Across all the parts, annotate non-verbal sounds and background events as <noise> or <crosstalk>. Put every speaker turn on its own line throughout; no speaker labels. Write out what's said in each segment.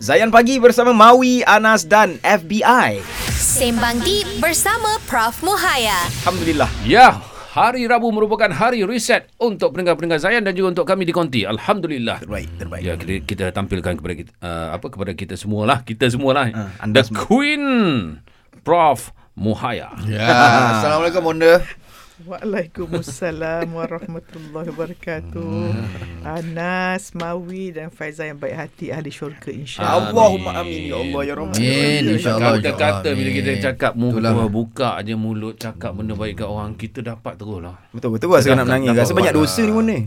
Zayan Pagi bersama Maui, Anas dan FBI.
Sembang Deep bersama Prof Muhaya.
Alhamdulillah.
Ya, hari Rabu merupakan hari reset untuk pendengar-pendengar Zayan dan juga untuk kami di Konti. Alhamdulillah.
Terbaik, terbaik.
Ya, kita, kita tampilkan kepada kita uh, apa kepada kita semualah, kita semualah.
Ah, anda
The
semua.
Queen Prof Muhaya.
Ya, Assalamualaikum Bonda.
Waalaikumsalam warahmatullahi wabarakatuh. Anas, Mawi dan Faizal yang baik hati ahli syurga
Ah.
insya-Allah.
Allahumma amin ya Allah ya Rabbal
Amin insyaallah.
Kata-kata bila kita cakap
Ya Itulah.
muka, buka aje mulut, cakap benda baik kat orang, kita dapat terus lah.
Betul betul rasa nak
Dapat-
menangis.
dapat
Rasa banyak
buat
dosa ni pun ni.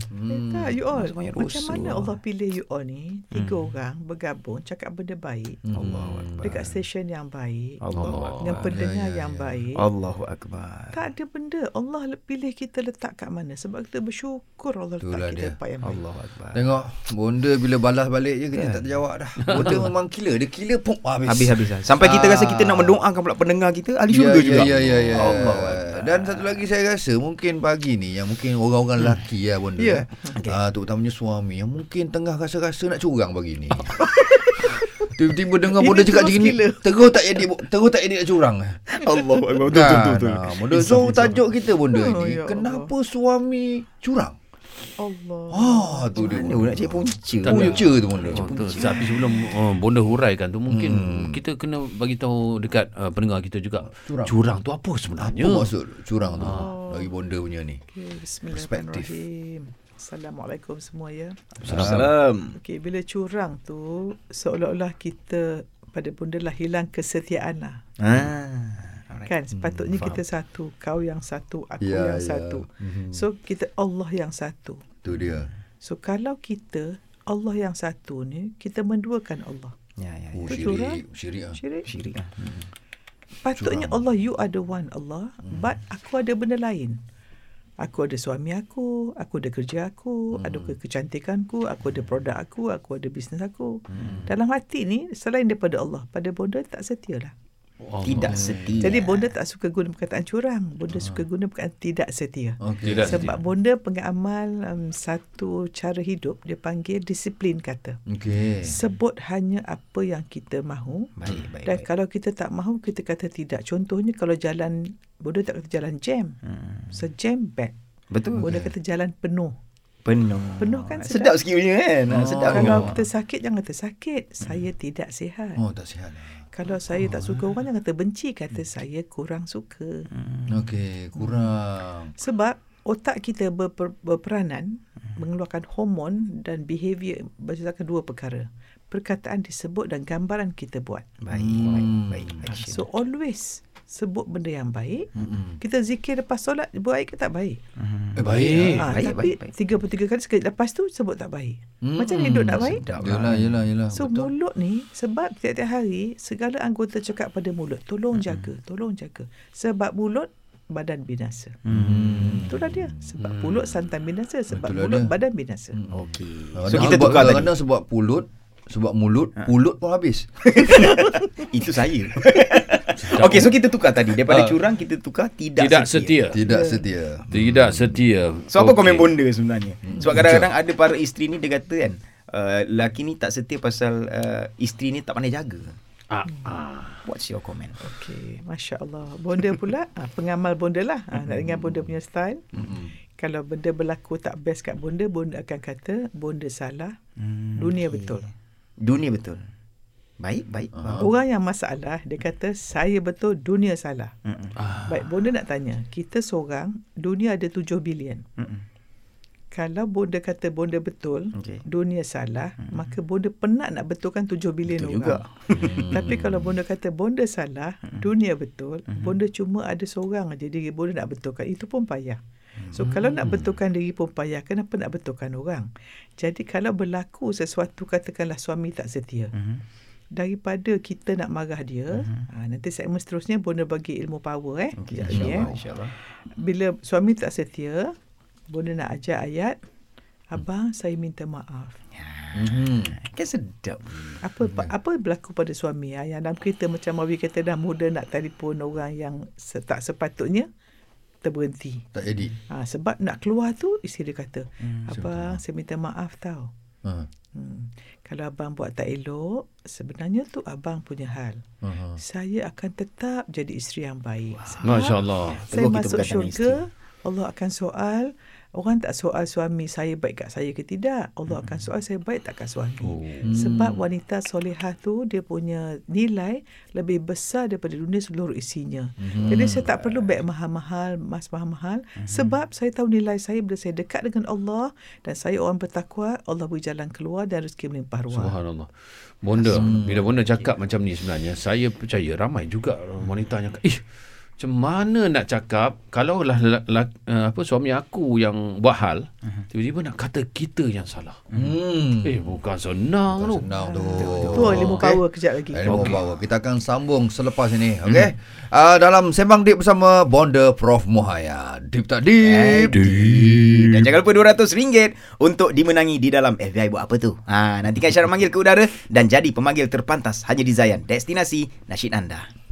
Tak, you all.
Banyak
Macam
dosa.
mana Allah pilih you all ni? Tiga orang bergabung cakap benda baik. Allah dekat session yang baik.
Allah.
Dengan pendengar yang baik.
Allahu akbar.
Tak ada benda. Allah le- pilih kita letak kat mana. Sebab kita bersyukur Allah letak
Itulah
kita
dia.
tempat yang baik.
Allahu akbar.
Tengok Bonda bila balas balik je kita tak terjawab dah. Bonda memang killer. Dia killer pun habis.
Habis habis lah. Sampai kita
Ah.
rasa kita nak mendoakan pula pendengar kita ahli
Ya,
syurga juga.
ya, ya, ya, ya.
Allah.
Dan satu lagi saya rasa mungkin pagi ni yang mungkin orang-orang lelaki ya Bonda. Yeah.
Ya.
Okay. Uh, terutamanya suami yang mungkin tengah rasa-rasa nak curang pagi ni. Tiba-tiba dengar
Ini
Bonda cakap
terus
macam ni,
killer.
terus tak jadi terus tak jadi nak curang.
Allahu akbar. Betul betul
Kan?
betul.
Ah, Bonda. So tajuk kita Bonda
Oh,
ni,
ya
kenapa suami curang?
Allah.
Ah, tu dia.
Mana nak cari punca?
Tak ada.
Punca tu Bonda.
Oh, tu, tapi sebelum uh, bonda huraikan tu mungkin hmm. kita kena bagi tahu dekat uh, pendengar kita juga curang,
Curang.
curang tu apa
Apa
sebenarnya?
maksud curang tu? Lagi bonda punya ni.
Okay, Ya, Bismillahirrahmanirrahim. Assalamualaikum semua ya.
Salam.
Okey, bila curang tu seolah-olah kita pada bunda lah hilang kesetiaan lah.
Ha. Ah.
Kan sepatutnya kita satu, kau yang satu, aku
Hmm, Ya,
yang
ya.
satu. So kita Allah yang satu.
Tu dia.
So kalau kita Allah yang satu ni, kita menduakan Allah.
Ya ya. ya.
Oh,
Tu curang.
syirik. Syirik ah.
Syirik.
Syirik ah.
Patutnya Allah you ada one Allah, but aku ada benda lain. Aku ada suami aku, aku ada kerja aku, ada ke- kecantikanku, aku ada produk aku, aku ada bisnes aku. Dalam hati ni selain daripada Allah, pada bonda tak setia lah.
Oh,
Tidak setia.
Jadi bonda tak suka guna perkataan curang. Bonda suka guna perkataan tidak setia.
Okey.
Tidak
Sebab bonda pengamal um, satu cara hidup dia panggil disiplin kata.
Okey.
Sebut hanya apa yang kita mahu.
Baik baik.
Dan
baik.
kalau kita tak mahu kita kata tidak. Contohnya kalau jalan bonda tak kata jalan jam. So jam back.
Hmm. Betul.
Bonda kata jalan penuh.
Penuh.
Penuh kan
sedap.
sedap.
sikit punya kan. Ah, Sedap. Hmm.
Kalau kita sakit jangan kata sakit. Saya tidak sihat.
Oh, tak sihat.
Kalau saya tak suka orang jangan kata benci kata
Hmm.
saya kurang suka.
Okey, kurang.
Sebab otak kita berper, berperanan
Hmm.
mengeluarkan hormon dan behavior berdasarkan dua perkara. Perkataan disebut dan gambaran kita buat.
Baik baik baik. baik.
So always sebut benda yang baik. Mm-hmm. Kita zikir lepas solat baik ke tak baik?
Eh, baik.
Ah,
baik,
tapi
baik, baik.
33 kali sekali lepas tu sebut tak baik. Mm-hmm. Macam mana hidup tak baik?
Sedap lah.
Yalah, yalah, yalah.
So Betul. mulut ni sebab tiap-tiap hari segala anggota cakap pada mulut tolong jaga, tolong jaga. Sebab mulut badan binasa.
Mm-hmm.
Hmm. Itulah dia. Sebab
Mm.
hmm. mulut santan binasa,
lah
Itulah
sebab Itulah mulut
dia.
dia. badan binasa. Hmm.
Okey. So
Kadang-kadang
kita tukar
buat-
tadi.
Ah, Kadang-kadang sebab pulut, sebab mulut, pulut pun habis.
Itu
<laughs>
saya. Okey, so kita tukar tadi. Daripada curang kita tukar tidak,
Ah. tidak setia.
Tidak setia.
Tidak setia.
So apa
Okey. Hmm,
komen bonda sebenarnya? Sebab kadang-kadang ada para isteri ni dia kata kan, uh, lelaki ni tak setia pasal uh, isteri ni tak pandai jaga.
Ah,
What's your comment?
Okey, masya-Allah. Bonda pula, ah, pengamal bonda lah. Ah, nak dengar bonda punya style. Hmm. Kalau benda berlaku tak best kat bonda, bonda akan kata bonda salah, hmm, dunia okay. betul.
Dunia betul. Baik, baik.
Ah.
Uh-huh.
Orang yang masalah dia kata saya betul dunia salah. Baik bonda nak tanya, kita seorang dunia ada 7 bilion. Kalau bonda kata bonda betul,
Okey. Hmm.
okay. dunia salah, maka bonda penat nak betulkan 7 bilion
Betul juga. Hmm.
orang. <laughs> Tapi kalau bonda kata bonda salah, dunia betul, bonda cuma ada seorang aja diri bonda nak betulkan, itu pun payah. So
Hmm.
kalau nak betulkan diri pun payah, kenapa nak betulkan orang? Jadi kalau berlaku sesuatu katakanlah suami tak setia
Hmm.
daripada kita nak marah dia uh-huh. ha, nanti segmen seterusnya bonda bagi ilmu power eh
Okey,
Kejap lagi,
insya-Allah,
eh.
insya-Allah.
bila suami tak setia bonda nak ajar ayat abang saya minta maaf
Kan sedap.
apa pa- apa berlaku pada suami ah yang dalam kereta macam Mawi kata dah muda nak telefon orang yang se- tak sepatutnya terberhenti Ah,
Tak jadi.
ha, sebab nak keluar tu isteri dia kata abang saya minta maaf tau
Ha.
Hmm. Kalau abang buat tak elok, sebenarnya tu abang punya hal.
Uh-huh.
Ha.
Saya akan tetap jadi isteri yang baik. Sebab
Masya Allah.
Teguh
Saya
kita
masuk
berkata dengan
syurga, Allah akan soal. Orang tak soal suami saya baik kat saya ke tidak. Allah akan soal saya baik tak kat suami. Oh. Sebab wanita solehah tu dia punya nilai lebih besar daripada dunia seluruh isinya. Hmm. Jadi saya tak perlu beg mahal-mahal, mas mahal-mahal. Hmm. Sebab saya tahu nilai saya bila saya dekat dengan Allah dan saya orang bertakwa, Allah beri jalan keluar dan rezeki melimpah ruah.
Subhanallah. Bonda, hmm. bila Bonda cakap macam ni sebenarnya, saya percaya ramai juga wanita yang ih macam mana nak cakap kalau lah lelak- lelak- eh, apa suami aku yang buat hal, tiba-tiba nak kata kita yang salah.
Hmm.
Eh bukan senang tu.
Senang tu.
Tu oh, ilmu power kejap lagi.
Ilmu okay. power. Kita akan sambung selepas ini, okey? Uh, dalam Sembang Deep bersama Bonda Prof Muhaya. Deep tak deep? deep.
Dan jangan lupa RM200 untuk dimenangi di dalam FBI buat apa tu. Ha, nantikan syarat manggil ke udara dan jadi pemanggil terpantas hanya di Zayan. Destinasi nasyid anda.